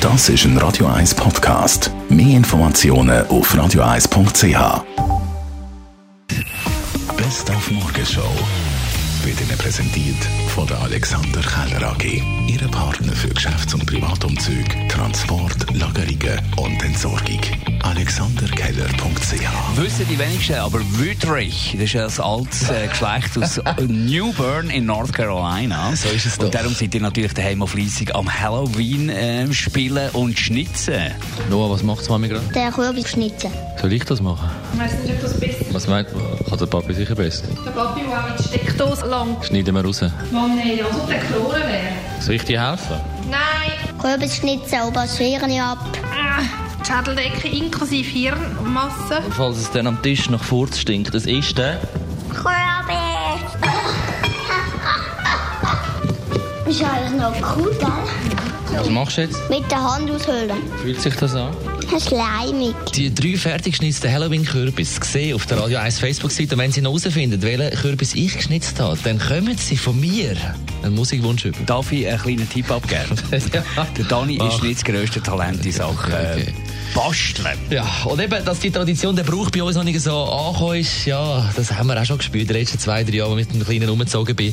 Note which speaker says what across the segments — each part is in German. Speaker 1: Das ist ein Radio 1 Podcast. Mehr Informationen auf radio1.ch. Best auf Morgenshow wird Ihnen präsentiert von der Alexander Keller AG. Ihre Partner für Geschäfts- und Privatumzug, Transport, Lagerungen und Entsorgung. AlexanderKeller.ch
Speaker 2: Wissen die wenigsten, aber Wüterich, das ist ja das alte äh, Geschlecht aus Newburn in North Carolina.
Speaker 1: So ist es doch.
Speaker 2: Und darum seid ihr natürlich daheim auf Leisig am Halloween äh, spielen und schnitzen.
Speaker 3: Noah, was macht Mami gerade?
Speaker 4: Den Kürbis schnitzen.
Speaker 3: Soll ich das machen?
Speaker 5: Ich weiß nicht, ob das besser ist.
Speaker 3: Was meint Kann der Papi sicher besser.
Speaker 5: Der Papi, der auch mit Steckdose lang.
Speaker 3: Schneiden wir raus.
Speaker 5: Mann, ey, als ob der gefroren wäre.
Speaker 3: Soll ich dir helfen?
Speaker 5: Nein!
Speaker 4: Kürbis schnitzen, oben das Hirn ab.
Speaker 5: Ah, die Schädeldecke inklusive Hirnmasse.
Speaker 3: Falls es dann am Tisch nach Furz stinkt, das ist der.
Speaker 4: Kürbis! Ist alles noch cool, gell?
Speaker 3: Was machst du jetzt?
Speaker 4: Mit der Hand aushöhlen.
Speaker 3: Fühlt sich das an?
Speaker 4: Schleimig.
Speaker 3: Die drei fertig geschnitzten Halloween-Kürbis gesehen auf der Radio 1 Facebook-Seite. Und wenn Sie noch herausfinden, welchen Kürbis ich geschnitzt habe, dann kommen Sie von mir einen Musikwunsch über.
Speaker 2: Darf ich einen kleinen Tipp abgeben? Der Dani ist
Speaker 3: Mach.
Speaker 2: nicht das grösste Talent in Sachen äh,
Speaker 3: Okay.
Speaker 2: Basteln.
Speaker 3: Ja, und eben, dass die Tradition, der Brauch bei uns noch nicht so angekommen ist, ja, das haben wir auch schon gespürt, die letzten zwei, drei Jahre, als ich mit dem Kleinen umgezogen bin.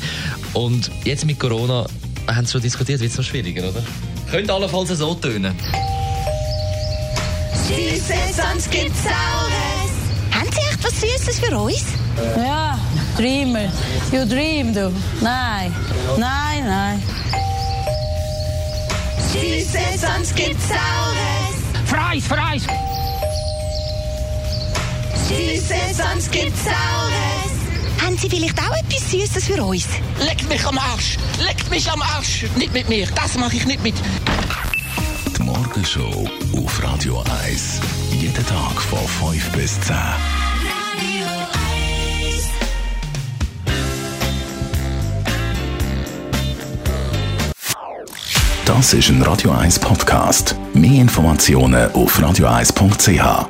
Speaker 3: Und jetzt mit Corona haben sie schon diskutiert, wird es noch schwieriger, oder? Könnte allenfalls so tönen.
Speaker 6: Haben Sie echt was Süßes für uns?
Speaker 7: Ja, dreamer. You dream, du. Nein, nein, nein.
Speaker 6: Süßes, sonst gibt's Saures. Freis, Freis. Süßes, sonst gibt's Saures. Haben Sie vielleicht auch etwas Süßes für uns?
Speaker 8: Leckt mich am Arsch! Leckt mich am Arsch! Nicht mit mir, das mache ich nicht mit.
Speaker 1: Die Morgenshow auf Radio 1. Jeden Tag von 5 bis 10. Das ist ein Radio 1 Podcast. Mehr Informationen auf radio1.ch.